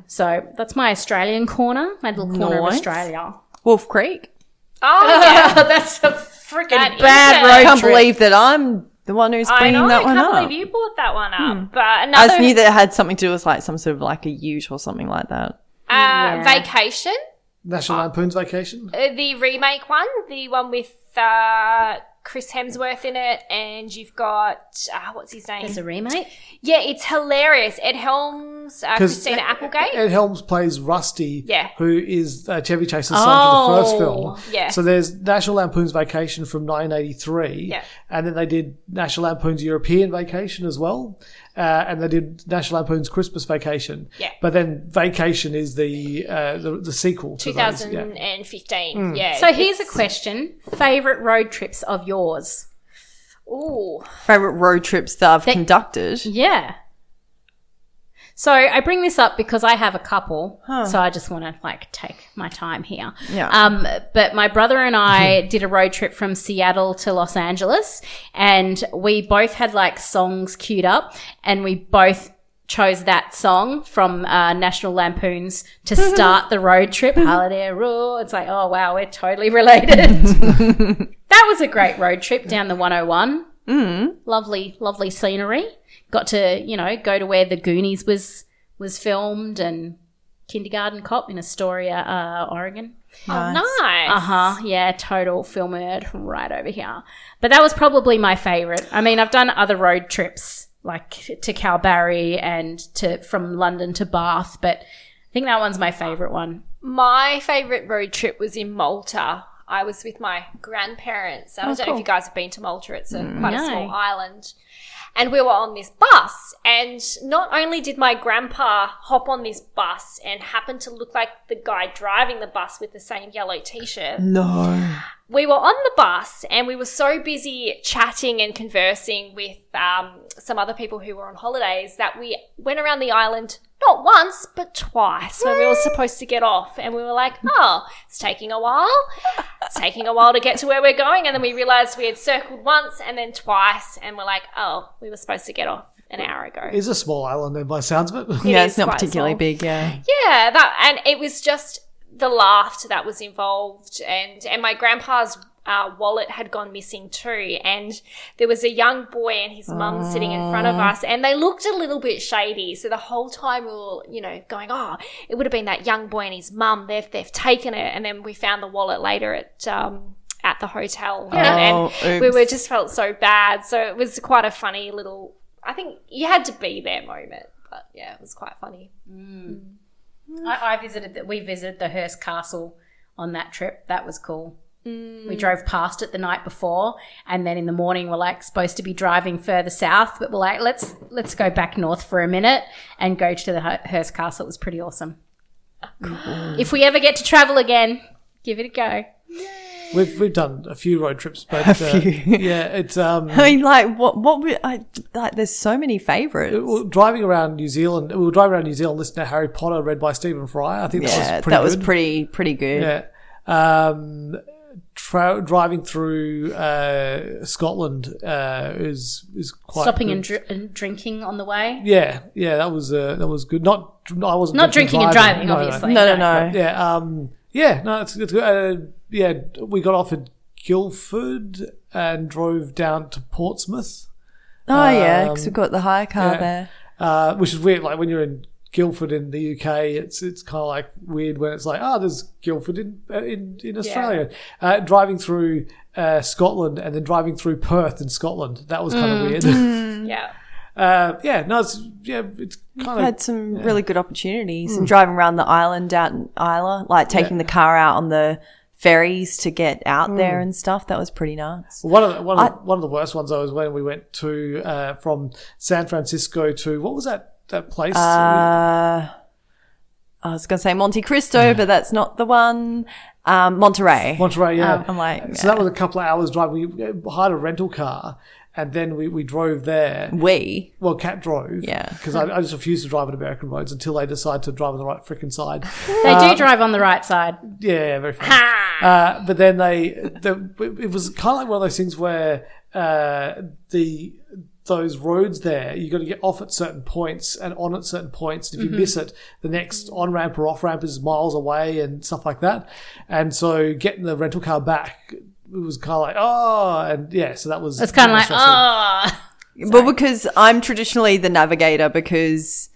So that's my Australian corner, my little corner of Nice. Australia. Wolf Creek. Oh yeah, that's a freaking That is bad a- road I can't trip. believe that I'm the one who's I bringing know. I that one can't up. believe you brought that one up. Hmm. But I another uh, just knew that it had something to do with like some sort of like a ute or something like that. uh, vacation, National Lampoon's Vacation. uh, the remake one, the one with uh, Chris Hemsworth in it, and you've got uh, what's his name? There's a remake. yeah, it's hilarious. Ed Helms, uh, 'Cause Christina Ed- Applegate. Ed Helms plays Rusty, Yeah. who is uh, Chevy Chase's son for the first Oh, film. yeah. So there's National Lampoon's Vacation from 1983, Yeah. and then they did National Lampoon's European Vacation as well, uh, and they did National Lampoon's Christmas Vacation. Yeah. But then Vacation is the uh, the, the sequel to those. Yeah. Hmm. 2015. Yeah. So here's a question: favorite road trips of yours? Ooh. Oh, Favorite road trips that I've conducted. Yeah. So I bring this up because I have a couple, so I just want to like take my time here. Yeah. Um, but my brother and I did a road trip from Seattle to Los Angeles, and we both had like songs queued up, and we both chose that song from uh, National Lampoons to start the road trip. Holiday Rule. It's like, oh wow, we're totally related. that was a great road trip down the 101 lovely, lovely scenery. Got to, you know, go to where the Goonies was was filmed and Kindergarten Cop in Astoria, uh, Oregon. Oh, nice. Uh huh. Yeah, total film nerd right over here. But that was probably my favorite. I mean, I've done other road trips like to Calbarry and to from London to Bath, but I think that one's my favorite one. My favorite road trip was in Malta. I was with my grandparents. I don't know if you guys have been to Malta. It's a, quite a Oh, Mm. No. small island. And we were on this bus. And not only did my grandpa hop on this bus and happen to look like the guy driving the bus with the same yellow t shirt, No. we were on the bus and we were so busy chatting and conversing with um, some other people who were on holidays that we went around the island not once but twice when we were supposed to get off and we were like oh it's taking a while it's taking a while to get to where we're going and then we realized we had circled once and then twice and we're like oh we were supposed to get off an hour ago It's a small island, then, by the sounds of it. Yeah, is it's not quite particularly small. big. Yeah. yeah, that and it was just the laughter that was involved, and and my grandpa's uh, wallet had gone missing too, and there was a young boy and his mum sitting in front of us, and they looked a little bit shady. So the whole time we were, you know, going, oh, it would have been that young boy and his mum. They've they've taken it, and then we found the wallet later at. Um, at the hotel, Oh, and we oops. were just felt so bad. So it was quite a funny little. I think you had to be there moment, but yeah, it was quite funny. I, I visited that. We visited the Hearst Castle on that trip. That was cool. Mm. We drove past it the night before, and then in the morning we're like supposed to be driving further south, but we're like, let's let's go back north for a minute and go to the Hu- Hearst Castle. It was pretty awesome. Mm. If we ever get to travel again, give it a go. We've, we've done a few road trips, but uh, few. yeah, it's um, I mean, like, what? What? Would, I like. There's so many favorites. well, driving around New Zealand. We were driving around New Zealand listening to Harry Potter read by Stephen Fry. I think yeah, that was pretty that was good. pretty pretty good. Yeah. Um, tra- driving through uh, Scotland uh, is is quite Stopping good. and, dr- and drinking on the way, yeah, yeah, that was uh, that was good. Not I wasn't definitely not drinking and driving, No, no. obviously. No, no, no. Yeah, um, yeah, no, it's, it's good. Uh, yeah, we got off at Guildford and drove down to Portsmouth, Oh yeah, because we've got the hire car um, yeah. there. uh, which is weird. Like when you're in Guildford in the UK, it's it's kind of like weird when it's like, oh, there's Guildford in uh, in, in Australia. Uh, driving through uh, Scotland and then driving through Perth in Scotland, that was Mm. kind of weird. Yeah. uh, yeah, no, it's yeah, it's kind of had some really good opportunities and driving around the island out in Isla, like taking the car out on the ferries to get out there and stuff. That was pretty nice. One of the, one, of the, I- one of the worst ones though was when we went to uh, from San Francisco to what was that that place? Uh, I was going to say Monte Cristo, but that's not the one. Um, Monterey. Monterey. Yeah, I'm like, so that was a couple of hours drive. We uh, hired a rental car and then we, we drove there. we. Well, Cat drove. Yeah. because I, I just refused to drive on American roads until they decide to drive on the right freaking side. They do drive on the right side. Yeah, yeah, very funny. Uh, but then they, the, it was kind of like one of those things where uh, the those roads there, you got to get off at certain points and on at certain points. If Mm-hmm. you miss it, the next on ramp or off ramp is miles away and stuff like that. And so getting the rental car back, it was kind of like oh, and yeah, so that was It's kind of like, stressful. oh, Well, because I'm traditionally the navigator because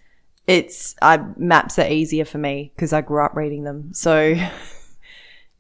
it's I maps are easier for me because I grew up reading them. So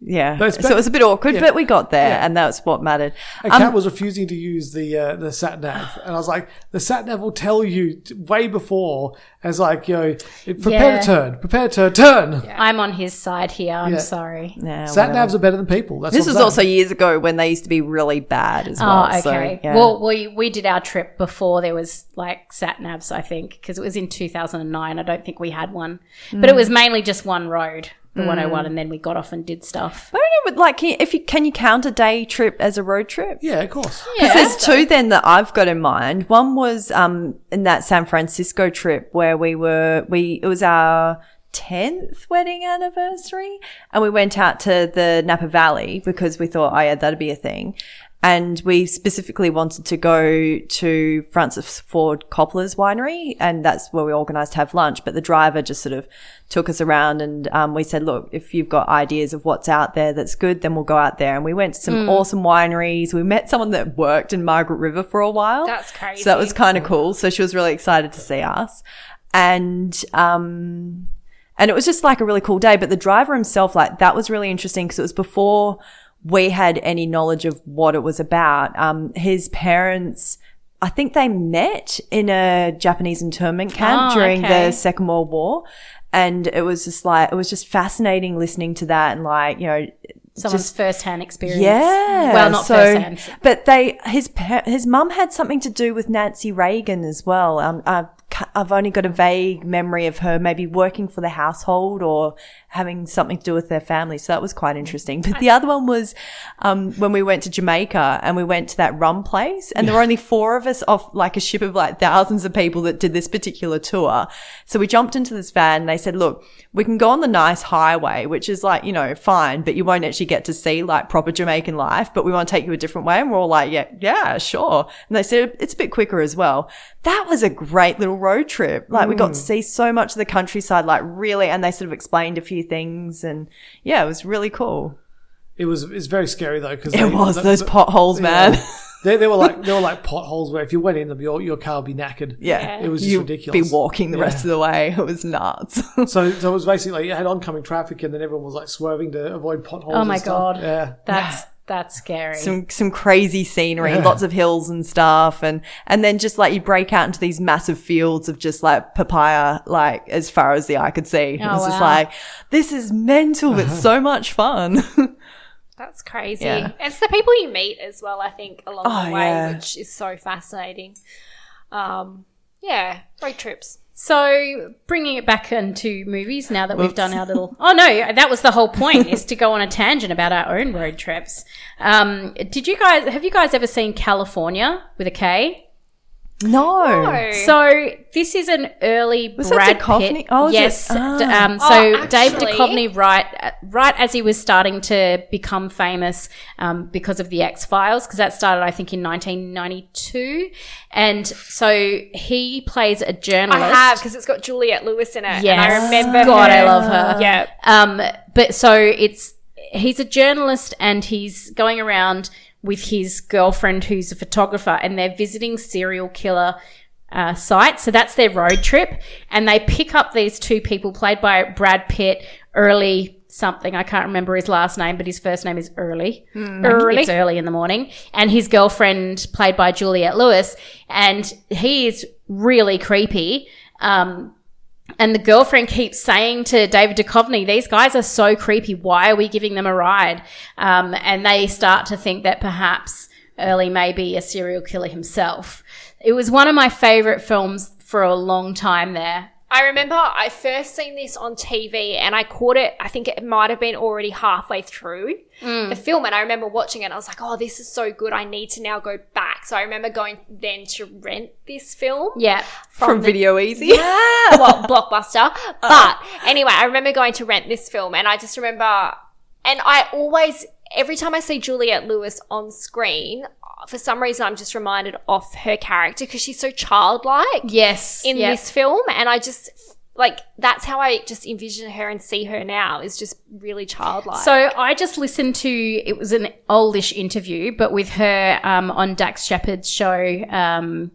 Yeah. But it's so better- it was a bit awkward, yeah. but we got there, Yeah. and that's what mattered. A Um, cat was refusing to use the uh, the sat nav, and I was like, "The sat nav will tell you t- way before." As like, you know, it- prepare Yeah. to turn, prepare to turn. I'm on his side here. I'm Yeah. sorry. nah, Sat whatever. navs are better than people. That's This what was I'm also saying. years ago when they used to be really bad as well. Oh, so, okay. yeah. Well, we we did our trip before there was like sat navs, I think, because it was in 2009. I don't think we had one, but it Mm. was mainly just one road, the 101, and then we got off and did stuff. I don't know, but like, can you, if you can you count a day trip as a road trip? yeah, of course. Because there's two then that I've got in mind. One was um in that San Francisco trip where we were we it was our tenth wedding anniversary and we went out to the Napa Valley because we thought, oh yeah, that'd be a thing. And we specifically wanted to go to Francis Ford Coppola's winery, and that's where we organised to have lunch. But the driver just sort of took us around, and um, we said, "Look, if you've got ideas of what's out there that's good, then we'll go out there." And we went to some Mm. awesome wineries. We met someone that worked in Margaret River for a while. That's So that was crazy. kind of cool. So she was really excited to see us, and um, and it was just like a really cool day. But the driver himself, like that was really interesting because it was before we had any knowledge of what it was about. Um, his parents, I think they met in a Japanese internment camp Oh, during okay. the Second World War. And it was just like, it was just fascinating listening to that and like, you know, Someone's first-hand experience. yeah. Well, not first-hand. But they, his pa- his mum had something to do with Nancy Reagan as well. Um, I've, ca- I've only got a vague memory of her maybe working for the household or having something to do with their family. So that was quite interesting. But the other one was um, when we went to Jamaica and we went to that rum place, and there were only four of us off like a ship of like thousands of people that did this particular tour. So we jumped into this van and they said, look, we can go on the nice highway, which is like, you know, fine, but you won't actually get to see like proper Jamaican life, but we want to take you a different way. And we're all like, yeah, yeah, sure. And they said it's a bit quicker as well. That was a great little road trip. Like we got to see so much of the countryside, like really, and they sort of explained a few things and yeah, it was really cool. It was it's very scary though because It was those potholes, man. They, they were like they were like potholes where if you went in them, your your car would be knackered. Yeah. it was just You'd ridiculous. be walking the rest Yeah. of the way. It was nuts. So, so it was basically you had oncoming traffic, and then everyone was like swerving to avoid potholes. Oh my and stuff. God. Yeah, That's that's scary. some some crazy scenery, Yeah. lots of hills and stuff, and and then just like you break out into these massive fields of just like papaya, like as far as the eye could see. it Oh, was just wow. like this is mental, Uh-huh. It's so much fun. That's crazy. Yeah. It's the people you meet as well, I think, along Oh, the way, yeah. which is so fascinating. Um, yeah, road trips. So bringing it back into movies now that we've done our little. Oh no, that was the whole point is to go on a tangent about our own road trips. Um, did you guys have you guys ever seen California with a K? no. So this is an early Was that Brad Duchovny? Pitt. Oh, is it? yes. Ah. d- um, so Oh, Dave actually- Duchovny, right, right as he was starting to become famous um, because of the X Files, because that started, I think, in 1992, and so he plays a I journalist. have, because it's got Juliette Lewis in it. And I Yes. remember God, her. I love her. Yeah. Um, but so it's he's a journalist and he's going around with his girlfriend who's a photographer and they're visiting serial killer uh, sites. So that's their road trip, and they pick up these two people played by Brad Pitt early. Something I can't remember his last name, but his first name is Early. Early, it's early in the morning, and his girlfriend, played by Juliette Lewis, and he is really creepy. Um, and the girlfriend keeps saying to David Duchovny, "These guys are so creepy. Why are we giving them a ride?" Um, and they start to think that perhaps Early may be a serial killer himself. It was one of my favorite films for a long time. There, I remember I first seen this on TV and I caught it. I think it might have been already halfway through Mm. the film. And I remember watching it and I was like, oh, this is so good. I need to now go back. So I remember going then to rent this film. yeah, From the- Video Easy. Yeah, well, blockbuster. But anyway, I remember going to rent this film, and I just remember, and I always, every time I see Juliette Lewis on screen, for some reason, I'm just reminded of her character because she's so childlike yes, in yeah. this film, and I just like that's how I just envision her and see her now is just really childlike. So I just listened to it was an oldish interview, but with her um, on Dax Shepard's show, um,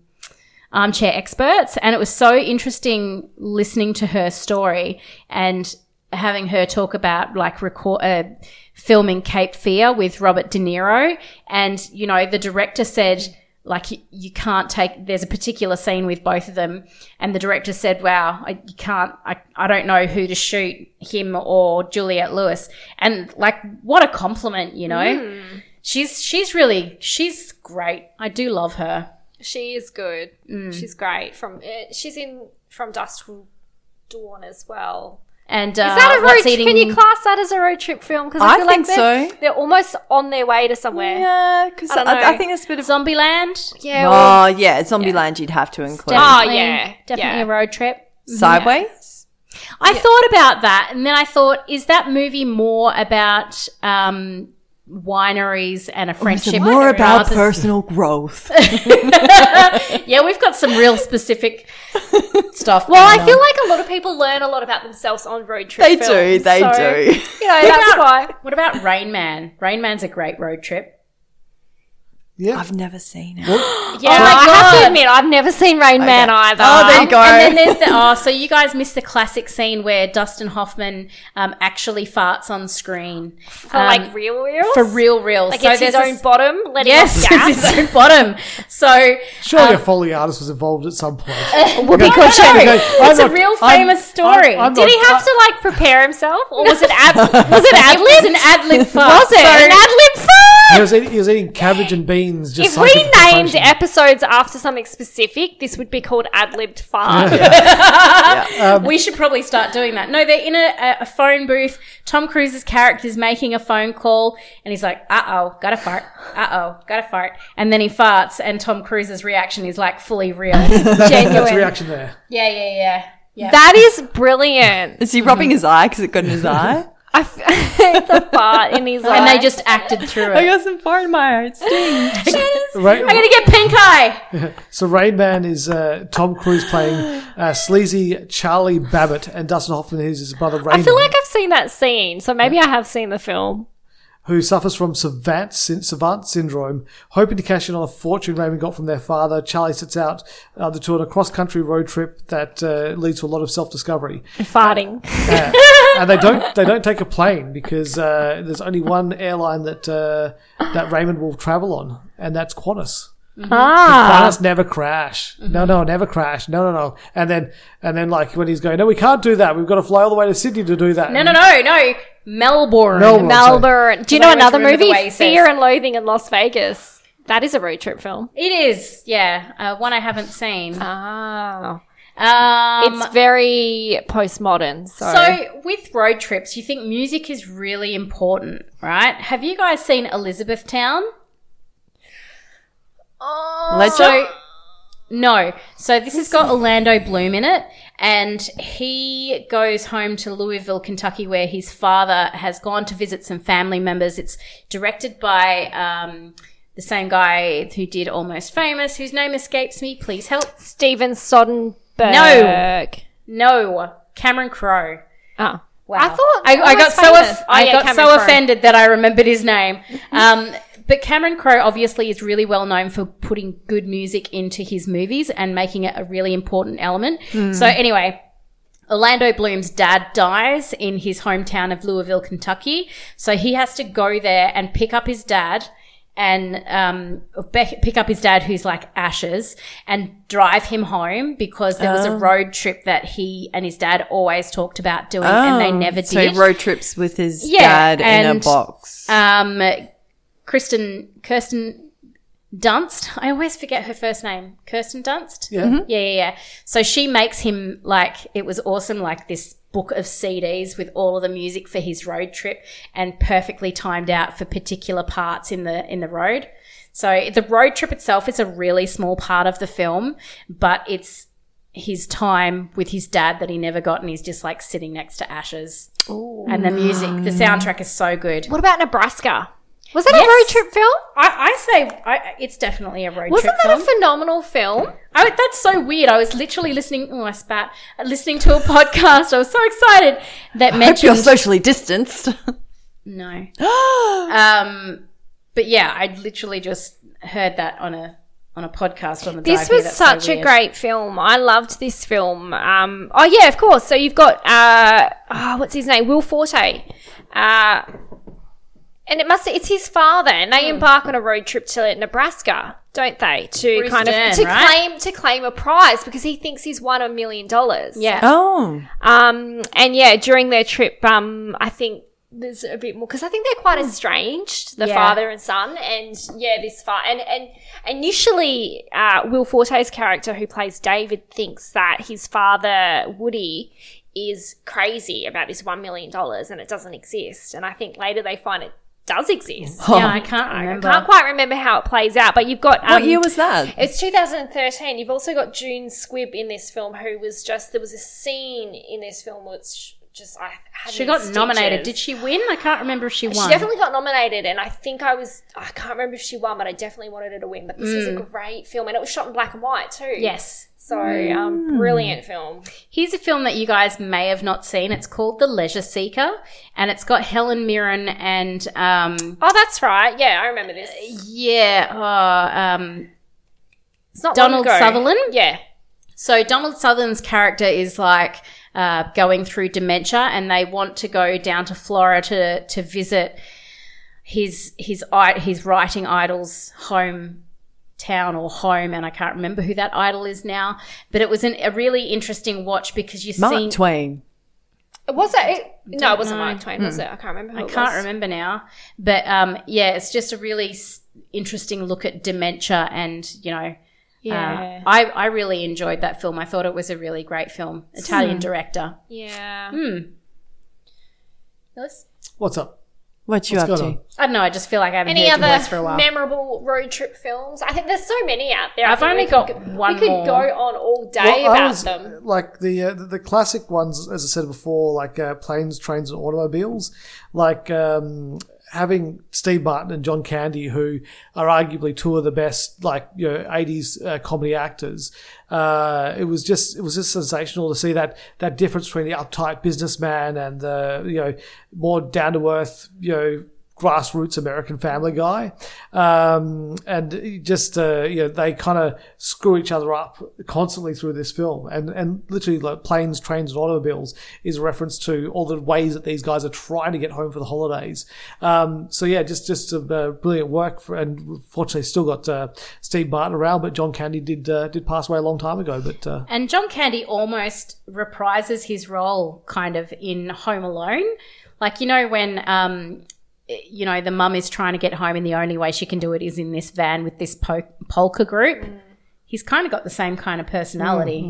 Armchair Experts, and it was so interesting listening to her story and. having her talk about like record uh, filming Cape Fear with Robert De Niro, and you know the director said like you, you can't take there's a particular scene with both of them and the director said wow i you can't I, I don't know who to shoot him or juliet lewis and like what a compliment you know she's she's really she's great i do love her She is good. Mm. She's great. From uh, she's in From Dusk Till Dawn as well. and uh, Is that a road? What's trip? Can Eating- you class that as a road trip film? Because I I feel think like they're, so. they're almost on their way to somewhere. Yeah, Yeah, because I don't I, I know. think there's a bit of. Zombieland? yeah well, Oh yeah, Zombieland you'd have to include Ah, Definitely- yeah, Definitely yeah. a road trip. Sideways. I thought about that, and then I thought, is that movie more about um, wineries and Oh, a friendship? More rather about than- personal growth. yeah, we've got some real specific stuff. well, going I feel on. like a lot of people learn a lot about themselves on road trip. they do. films, They so, do. You know, that's about- why. What about Rain Man? Rain Man's a great road trip. Yeah. I've never seen it. Yeah, Oh I have to admit, I've never seen Rain Man either. Oh, there you go. And then there's the oh, so you guys missed the classic scene where Dustin Hoffman um, actually farts on screen For like real, real, for real, real. Like it's his there's own this- bottom. Letting Yes, yes, off gas. it's his own bottom. So Surely Um, a Foley artist was involved at some point. Whoopi Goldberg. okay, I'm It's a not- real I'm- I'm- famous story. I'm Did he not- have to like prepare himself, or was it ad? Was it ad It's lib? an ad lib fart. Was it So- an ad lib He fart? was, eating, he was eating cabbage and beans. Just If we psychic named depression. episodes after something specific, this would be called ad libbed fart. we should probably start doing that. No, they're in a, a, a phone booth. Tom Cruise's character is making a phone call, and he's like, "Uh oh, gotta fart. Uh oh, gotta fart." And then he farts, and Tom Cruise's reaction is like fully real, that's the genuine. reaction there. yeah, yeah, yeah. Yeah. That is brilliant. Is he rubbing his eye because it got in his eye? I f- the fart in his and eye. they just acted through I it. got some fart in my eye. It stings. Right. I'm gonna get pink eye. So Rain Man is uh, Tom Cruise playing uh, sleazy Charlie Babbitt, and Dustin Hoffman is his brother I Raymond, feel like I've seen that scene, so maybe I have seen the film. who suffers from savant, syn- savant syndrome. Hoping to cash in on a fortune Raymond got from their father, Charlie sets out uh, the tour on a cross-country road trip that uh, leads to a lot of self-discovery. Farting. Uh, and they don't they don't take a plane because uh, there's only one airline that uh, that Raymond will travel on, and that's Qantas. Ah. Cars never crash. No, no, never crash. No, no, no. And then, and then, like when he's going, no, we can't do that. We've got to fly all the way to Sydney to do that. No, no, no, no. Melbourne. Melbourne. Melbourne. Do you Because I know always another remember the movie? way he says- Fear and Loathing in Las Vegas. That is a road trip film. It is, yeah. Uh, one I haven't seen. Ah. Um, it's very postmodern. So, So, with road trips, you think music is really important, right? Have you guys seen Elizabethtown? So, no. So, this has got Orlando Bloom in it, and he goes home to Louisville, Kentucky, where his father has gone to visit some family members. It's directed by um, the same guy who did Almost Famous, whose name escapes me. Please help. Steven Soderbergh. No. No, Cameron Crowe. Oh. Wow. I thought I, I got Almost so Famous. off- Oh, I yeah, got Cameron so Crowe. offended that I remembered his name. Um, but Cameron Crowe obviously is really well known for putting good music into his movies and making it a really important element. Hmm. So anyway, Orlando Bloom's dad dies in his hometown of Louisville, Kentucky. So he has to go there and pick up his dad and um, be- pick up his dad, who's like ashes, and drive him home because there Oh. was a road trip that he and his dad always talked about doing and they never did. Oh. So he road trips with his Yeah, dad in a and- box. um, Kristen Kirsten Dunst. I always forget her first name. Kirsten Dunst. Mm-hmm. Yeah. yeah, yeah, yeah. So she makes him like it was awesome, like this book of CDs with all of the music for his road trip and perfectly timed out for particular parts in the in the road. So the road trip itself is a really small part of the film, but it's his time with his dad that he never got and he's just like sitting next to ashes. And the music, the soundtrack is so good. What about Nebraska? Was that Yes. a road trip film? I, I say I, it's definitely a road Wasn't trip that a film. phenomenal film? I, that's so weird. I was literally listening. Oh, I spat. Listening to a podcast. I was so excited Hope that you're mentioned socially distanced. no. um, but yeah, I literally just heard that on a on a podcast on the This drive here. was That's so such a weird. great film. I loved this film. Um, oh yeah, of course. So you've got uh, oh, what's his name? Will Forte. Uh, and it must it's his father, and Hmm. they embark on a road trip to Nebraska, don't they? To Bruce kind Dern, of to right? claim to claim a prize because he thinks he's won a million dollars. Yeah. Oh, Um, and yeah, during their trip, um, I think there's a bit more because I think they're Hmm. quite estranged, the Yeah. father and son, and yeah, this far. And and initially, uh, Will Forte's character, who plays David, thinks that his father Woody is crazy about this one million dollars and it doesn't exist. And I think later they find it does exist. Oh, Yeah, I can't I remember. can't quite Oh, remember how it plays out, but you've got um, what year was that? it's 2013. You've also got June Squibb in this film, who was just there was a scene in this film which just I had she me in got stitches. nominated. Did she win? I can't remember if she She won. definitely got nominated, and I think I was I can't remember if she won, but I definitely wanted her to win. But this was a great film, and it was shot in black and white too. Mm. Yes. Mm. so um, brilliant film. Here's a film that you guys may have not seen. It's called The Leisure Seeker, and it's got Helen Mirren and um, Oh, that's right. Yeah, I remember this. yeah, oh, um, It's not Donald long ago. Sutherland? Yeah, So Donald Sutherland's character is like uh, going through dementia, and they want to go down to Flora to to visit his his i- his writing idol's home town or home, and I can't remember who that idol is now. But it was an, a really interesting watch because you Mark see, Twain. was it? it no, it wasn't Mark Twain, was it? I can't remember. Who Mm. I it can't was. remember now, but um, yeah, it's just a really s- interesting look at dementia, and you know. Yeah, Uh, I, I really enjoyed that film. I thought it was a really great film. Hmm. Italian director. yeah. Mm. What's up? What you What's up to? going on? I don't know. I just feel like I haven't Any heard your other voice for a while. memorable road trip films? I think there's so many out there. I I've think only we got could, one We could more. go on all day Well, I about was- them. Like the, uh, the the classic ones, as I said before, like uh, planes, trains, and automobiles. Like um, having Steve Martin and John Candy, who are arguably two of the best, like you know, '80s uh, comedy actors. Uh, it was just it was just sensational to see that that difference between the uptight businessman and the you know more down to earth you know grassroots American Family Guy, um, and just uh, you know they kind of screw each other up constantly through this film, and and literally like planes, trains, and automobiles is a reference to all the ways that these guys are trying to get home for the holidays. Um, so yeah, just just some uh, brilliant work, for, and fortunately still got uh, Steve Martin around, but John Candy did uh, did pass away a long time ago, but. Uh, And John Candy almost reprises his role kind of in Home Alone. Like, you know, when, um, you know, the mum is trying to get home and the only way she can do it is in this van with this po- polka group. Mm. He's kind of got the same kind of personality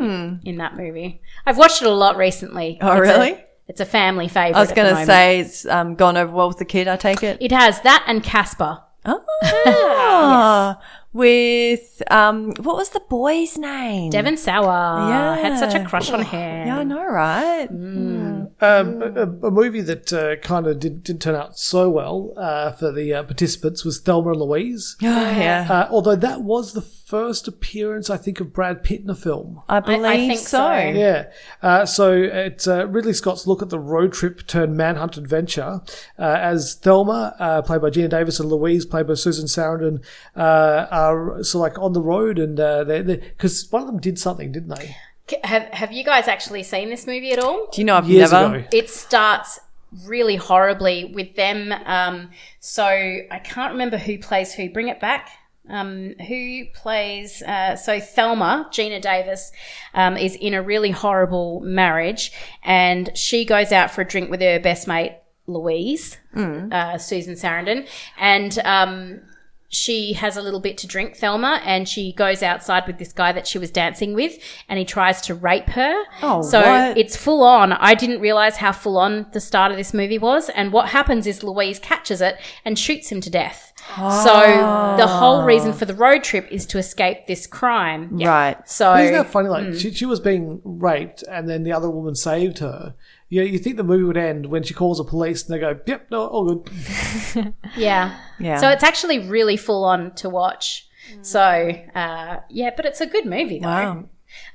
in that movie. I've watched it a lot recently. Hmm. Oh, It's a- really? it's a family favorite. I was going gonna say it's um, gone over well with the kid. I take it. It has that and Casper. Ah, with um, what was the boy's name? Devon Sauer. Mm. Yeah. Oh, Had such a crush on him. Yeah, I know, right? Oh, Um, a, a movie that uh, kind of did, didn't turn out so well uh, for the uh, participants was Thelma and Louise. Oh, yeah. Uh, although that was the first appearance, I think, of Brad Pitt in a film. I believe think so. so. Yeah. Uh, so it's uh, Ridley Scott's look at the road trip turned manhunt adventure uh, as Thelma, uh, played by Gina Davis, and Louise, played by Susan Sarandon, uh, are so like on the road and uh, they because one of them did something, didn't they? C- Have, have you guys actually seen this movie at all? Do you know I've Years never? ago. It starts really horribly with them. Um, so I can't remember who plays who. Bring it back. Um, who plays? Uh, so Thelma, Gina Davis, um, is in a really horrible marriage, and she goes out for a drink with her best mate Louise, uh, Susan Sarandon, and um, she has a little bit to drink, Thelma, and she goes outside with this guy that she was dancing with, and he tries to rape her. Oh, so what? it's full on. I didn't realize how full on the start of this movie was, and what happens is Louise catches it and shoots him to death. So the whole reason for the road trip is to escape this crime. Ah. Right. So But isn't that funny? Like she, she was being raped, and then the other woman saved her. You, you think the movie would end when she calls the police and they go, "Yep, no, all good." yeah, Yeah. So it's actually really full on to watch. So uh, yeah, but it's a good movie though. Wow.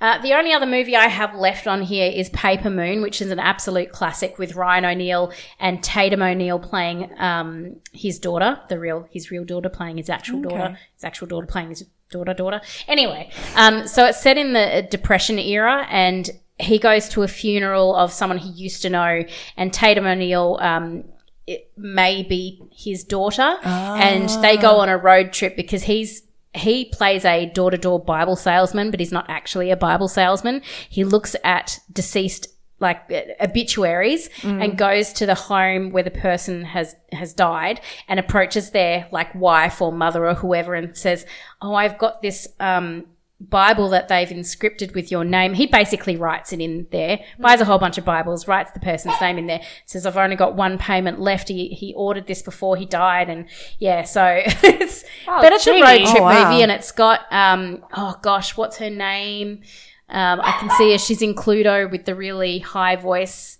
Uh, the only other movie I have left on here is Paper Moon, which is an absolute classic with Ryan O'Neill and Tatum O'Neill playing um, his daughter, the real his real daughter playing his actual daughter, his actual daughter playing his daughter, daughter. Anyway, um, so it's set in the uh, Depression era, and he goes to a funeral of someone he used to know, and Tatum O'Neill. Um, it may be his daughter, and they go on a road trip because he's he plays a door to door Bible salesman, but he's not actually a Bible salesman. He looks at deceased like uh, obituaries and goes to the home where the person has has died and approaches their like wife or mother or whoever and says, "Oh, I've got this um Bible that they've inscripted with your name. He basically writes it in there, buys a whole bunch of Bibles, writes the person's name in there, says, I've only got one payment left. He, he ordered this before he died. And yeah, so it's, but it's a road gee. trip Oh, wow. movie and it's got, um, oh gosh, what's her name? Um, I can see her. She's in Cluedo with the really high voice.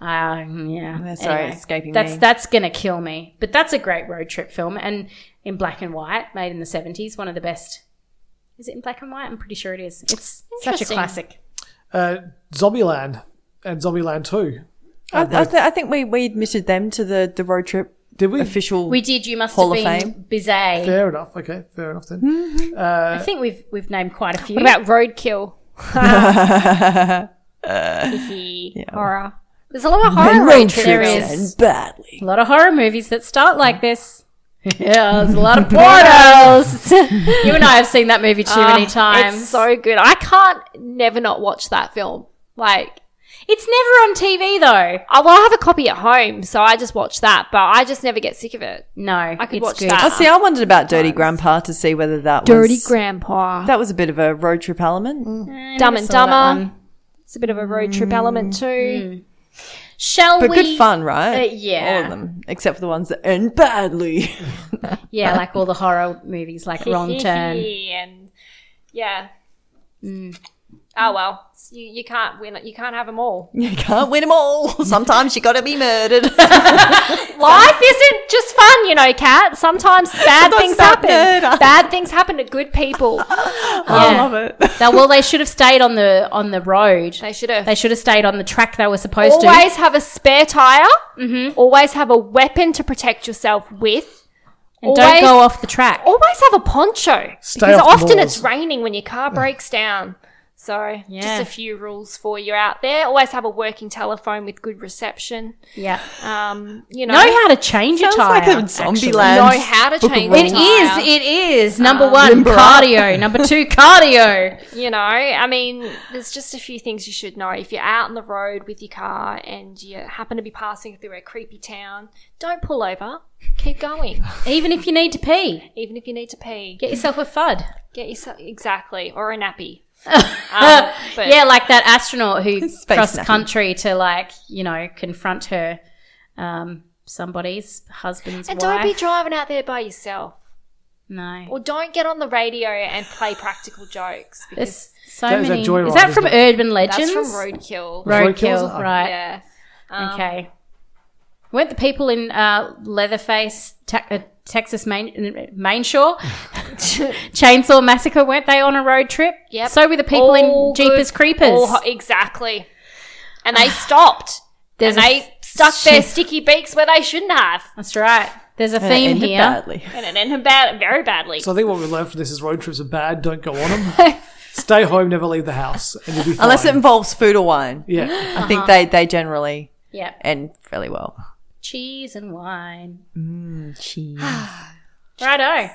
Um, yeah. Yeah, Oh, sorry, it's escaping that's, me. That's going to kill me. But that's a great road trip film. And in black and white, made in the 70s, one of the best is it in black and white? I'm pretty sure it is. It's such a Interesting. classic. Uh, Zombieland and Zombieland Two. I, I, th- I think we, we admitted them to the, the road trip Did we? official. We did. You must Hall have of been Bizet. Fair enough. Okay, fair enough then. I think we've we've named quite a few. What about roadkill? Hee hee. Horror. There's a lot of horror road trips. there trips is. and badly. a lot of horror movies that start like this? yeah, there's a lot of portals. you and I have seen that movie too many Ah, times. It's so good. I can't never not watch that film. Like, It's never on TV though. I, Uh, well, I have a copy at home, so I just watch that, but I just never get sick of it. No, I could it's watch good. that. Oh, see, I wondered about Dirty Grandpa to see whether that was Grandpa. that was a bit of a road trip element. Mm. Dumb and saw that Dumber. Mm, one. It's a bit of a road trip element too. Shall But we? good fun, Uh, right? yeah. All of them, except for the ones that end badly. Yeah, like all the horror movies, like Wrong Turn. and yeah. Oh well, you, you can't win. You can't have them all. you can't win them all. Sometimes you got to be murdered. Life isn't just fun, you know, Kat. Sometimes bad things bad happen. nerd. Bad things happen to good people. I love it. Now, well, they should have stayed on the on the road. They should have. They should have stayed on the track they were supposed to. always have a spare tire. Mm-hmm. Always have a weapon to protect yourself with. And Always- don't go off the track. Always have a poncho Stay because off the often moors. it's raining when your car breaks down. So, Yeah. just a few rules for you out there. Always have a working telephone with good reception. Yeah. Um, you know, Know how to change Sounds a tire. like a zombie actually. land. know how to Book of change Rules. the It tire. is. It is. Number one, cardio. Number two, cardio. You know, I mean, there's just a few things you should know. If you're out on the road with your car and you happen to be passing through a creepy town, don't pull over. Keep going, Even if you need to pee, even if you need to pee. get yourself a fud. Get yourself exactly or a nappy. Um, but- Uh, yeah, like that astronaut who Space crossed nappy. country to like you know confront her, um, somebody's husband's And wife. don't be driving out there by yourself, no. or don't get on the radio and play practical jokes because There's so That is a many. joyride, Is that from isn't Urban Legends? that's from Roadkill. Roadkill's Roadkill, up. right? Yeah. Um, Okay. Weren't the people in uh, Leatherface, te- uh, Texas Main, Main Shore, Chainsaw Massacre, weren't they on a road trip? Yep. So were the people All in Jeepers good- Creepers. Ah. all ho- exactly. And they stopped. There's and a- they stuck their sticky beaks where they shouldn't have. That's right. There's a And it theme ended here. badly. And it ended bad, very badly. So I think what we learned from this is road trips are bad. Don't go on them. Stay home. Never leave the house, and you'll be fine. Unless it involves food or wine. yeah. Uh-huh. I think they, they generally Yeah. end fairly well. Cheese and wine. Righto. All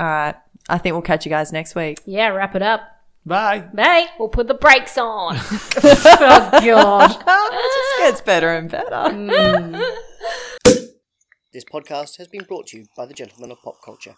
right. I think we'll catch you guys next week. Yeah, wrap it up. Bye. Bye. we'll put the brakes on. oh, God. It gets better and better. This podcast has been brought to you by the Gentlemen of Pop Culture.